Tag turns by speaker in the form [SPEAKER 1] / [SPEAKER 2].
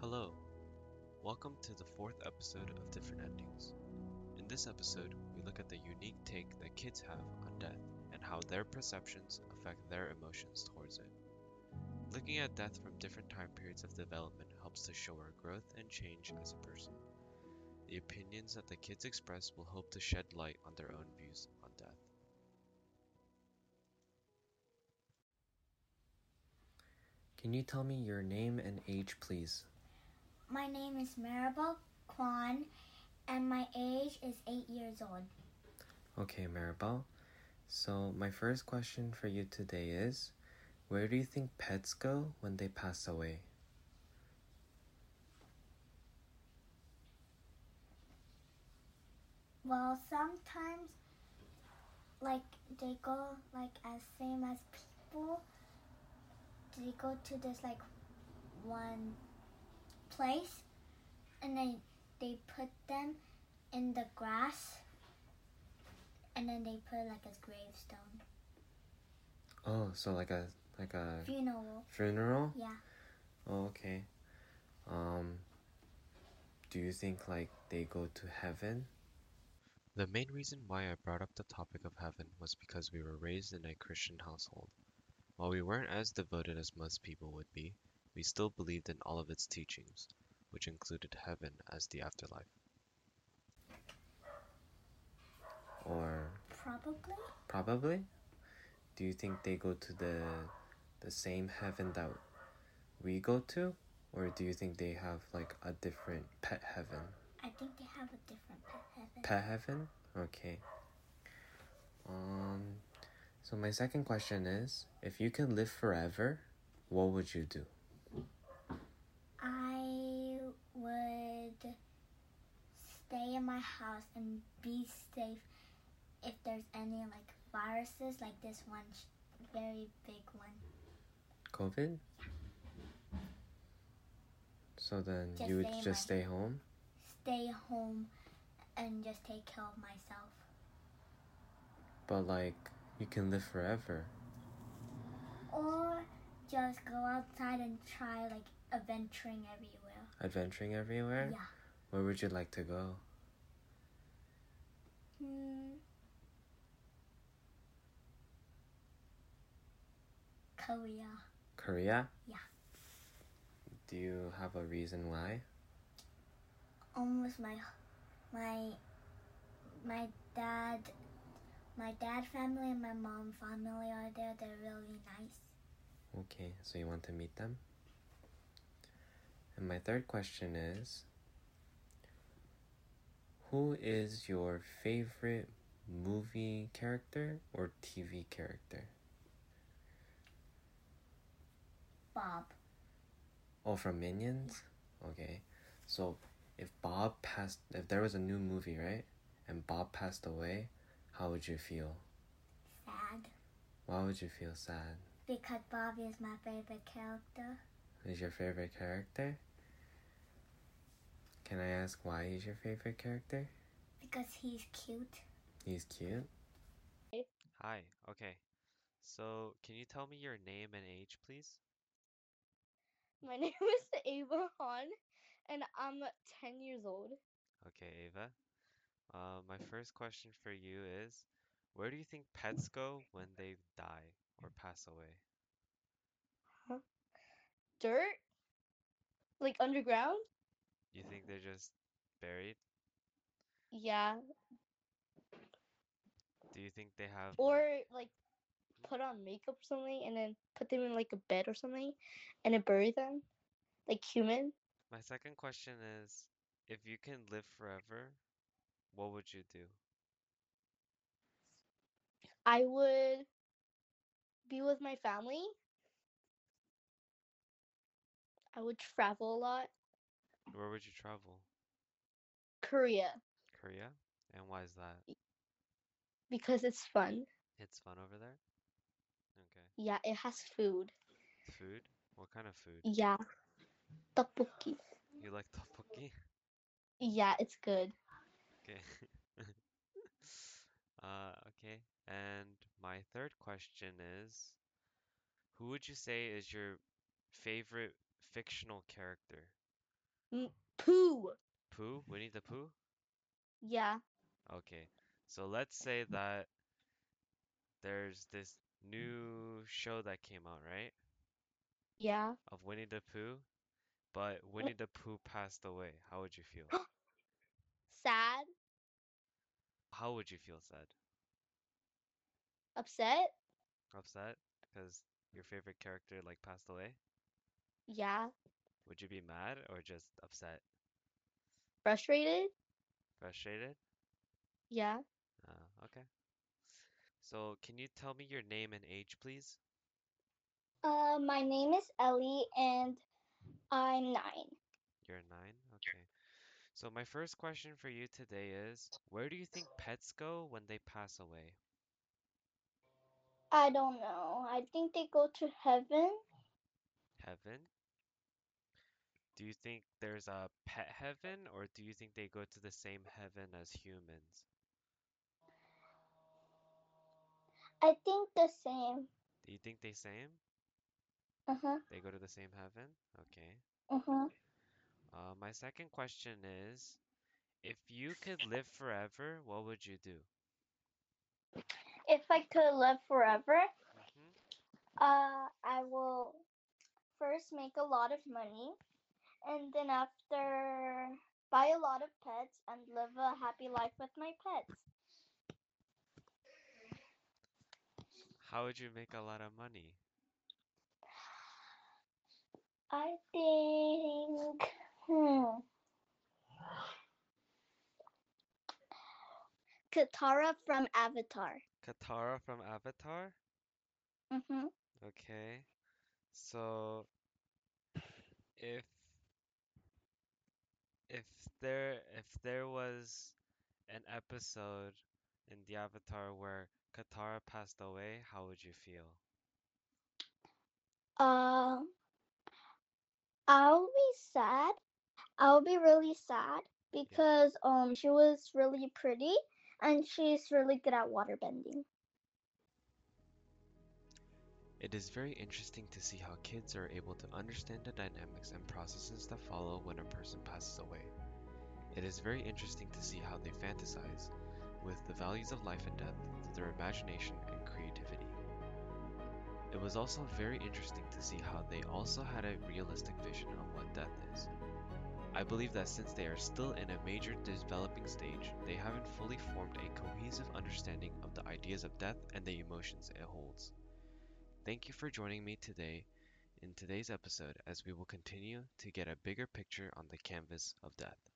[SPEAKER 1] Hello. Welcome to the fourth episode of Different Endings. In this episode, we look at the unique take that kids have on death and how their perceptions affect their emotions towards it. Looking at death from different time periods of development helps to show our growth and change as a person. The opinions that the kids express will hope to shed light on their own views on death.
[SPEAKER 2] Can you tell me your name and age, please?
[SPEAKER 3] My name is Maribel Kwan, and my age is eight years old.
[SPEAKER 2] Okay, Maribel. So, my first question for you today is Where do you think pets go when they pass away?
[SPEAKER 3] Well, sometimes, like they go like as same as people. They go to this like one place, and then they put them in the grass, and then they put like a gravestone
[SPEAKER 2] Oh, so like a like a
[SPEAKER 3] funeral.
[SPEAKER 2] funeral?
[SPEAKER 3] Yeah,
[SPEAKER 2] Oh, okay. Um do you think like they go to heaven?
[SPEAKER 1] The main reason why I brought up the topic of heaven was because we were raised in a Christian household. While we weren't as devoted as most people would be, we still believed in all of its teachings, which included heaven as the afterlife.
[SPEAKER 2] Or
[SPEAKER 3] probably.
[SPEAKER 2] probably? Do you think they go to the the same heaven that we go to? Or do you think they have like a different pet heaven?
[SPEAKER 3] I think they have a different pet heaven.
[SPEAKER 2] Pet heaven? Okay. Um so my second question is if you could live forever, what would you do?
[SPEAKER 3] I would stay in my house and be safe if there's any like viruses like this one sh- very big one
[SPEAKER 2] COVID? So then
[SPEAKER 3] Just
[SPEAKER 2] you would
[SPEAKER 3] stay in
[SPEAKER 2] just
[SPEAKER 3] my-
[SPEAKER 2] stay home?
[SPEAKER 3] stay home and just take care of myself
[SPEAKER 2] But like you can live forever.
[SPEAKER 3] or just go outside and try like adventuring everywhere
[SPEAKER 2] Adventuring everywhere?
[SPEAKER 3] yeah
[SPEAKER 2] Where would you like to go?
[SPEAKER 3] hmm. korea
[SPEAKER 2] Korea?
[SPEAKER 3] Yeah.
[SPEAKER 2] Do you have a reason why?
[SPEAKER 3] almost my my my dad my dad family and my mom family are there they're really nice
[SPEAKER 2] Okay, so you want to meet them? And my third question is Who is your favorite movie character or TV character?
[SPEAKER 3] bob
[SPEAKER 2] Oh, from Minions? Okay. So if Bob passed, if there was a new movie, right? And Bob passed away, how would you feel?
[SPEAKER 3] sad
[SPEAKER 2] Why would you feel sad?
[SPEAKER 3] because bob is my favorite character
[SPEAKER 2] Is your favorite character? Can I ask why he's your favorite character?
[SPEAKER 3] because he's cute
[SPEAKER 2] He's cute.
[SPEAKER 1] Hi, okay. So, can you tell me your name and age, please?
[SPEAKER 4] My name is Ava Han, and I'm 10 years old.
[SPEAKER 1] Okay, Ava. Uh, my first question for you is Where do you think pets go when they die or pass away?
[SPEAKER 4] Dirt? Like underground?
[SPEAKER 1] You think they're just buried?
[SPEAKER 4] Yeah.
[SPEAKER 1] Do you think they have.
[SPEAKER 4] Or like put on makeup or something and then put them in like a bed or something and then bury them? Like human?
[SPEAKER 1] My second question is if you can live forever, what would you do?
[SPEAKER 4] I would be with my family. I would travel a lot.
[SPEAKER 1] Where would you travel?
[SPEAKER 4] Korea,
[SPEAKER 1] Korea? And why is that?
[SPEAKER 4] because it's fun.
[SPEAKER 1] It's fun over there? Okay.
[SPEAKER 4] Yeah, it has food.
[SPEAKER 1] Food? What kind of food?
[SPEAKER 4] Yeah. Tteokbokki.
[SPEAKER 1] You like tteokbokki?
[SPEAKER 4] Yeah, it's good.
[SPEAKER 1] Okay. Uh, okay. And my third question is, who would you say is your favorite fictional character?
[SPEAKER 5] Pooh.
[SPEAKER 1] Pooh? Winnie the Pooh?
[SPEAKER 5] Yeah.
[SPEAKER 1] Okay. So let's say that there's this new show that came out, right?
[SPEAKER 5] Yeah.
[SPEAKER 1] Of Winnie the Pooh, but Winnie the Pooh passed away. How would you feel?
[SPEAKER 5] Sad.
[SPEAKER 1] How would you feel sad?
[SPEAKER 5] Upset.
[SPEAKER 1] Upset? Because your favorite character like passed away?
[SPEAKER 5] Yeah.
[SPEAKER 1] Would you be mad or just upset?
[SPEAKER 5] Frustrated.
[SPEAKER 1] Frustrated?
[SPEAKER 5] Yeah.
[SPEAKER 1] Uh, okay. So can you tell me your name and age, please?
[SPEAKER 4] Uh, my name is Ellie, and I'm nine.
[SPEAKER 1] You're nine? Okay. So my first question for you today is, where do you think pets go when they pass away?
[SPEAKER 4] I don't know. I think they go to heaven.
[SPEAKER 1] Heaven? Do you think there's a pet heaven, or do you think they go to the same heaven as humans?
[SPEAKER 4] I think the same.
[SPEAKER 1] Do you think they same?
[SPEAKER 4] Uh huh.
[SPEAKER 1] They go to the same heaven? Okay.
[SPEAKER 4] Uh huh.
[SPEAKER 1] Uh, my second question is, if you could live forever, what would you do?
[SPEAKER 4] If I could live forever,
[SPEAKER 1] Mhm.
[SPEAKER 4] uh, I will first make a lot of money, and then after buy a lot of pets and live a happy life with my pets.
[SPEAKER 1] How would you make a lot of money?
[SPEAKER 4] I think. Hmm.
[SPEAKER 5] Katara from Avatar.
[SPEAKER 1] Katara from Avatar?
[SPEAKER 4] Mm-hmm.
[SPEAKER 1] Okay. So if if there if there was an episode in the Avatar where Katara passed away, how would you feel?
[SPEAKER 4] Uh, I'll be sad. I'll be really sad because um she was really pretty and she's really good at water bending.
[SPEAKER 1] It is very interesting to see how kids are able to understand the dynamics and processes that follow when a person passes away. It is very interesting to see how they fantasize with the values of life and death through their imagination and creativity. It was also very interesting to see how they also had a realistic vision of what death is. I believe that since they are still in a major developing stage, they haven't fully formed a cohesive understanding of the ideas of death and the emotions it holds. Thank you for joining me today in today's episode as we will continue to get a bigger picture on the canvas of death.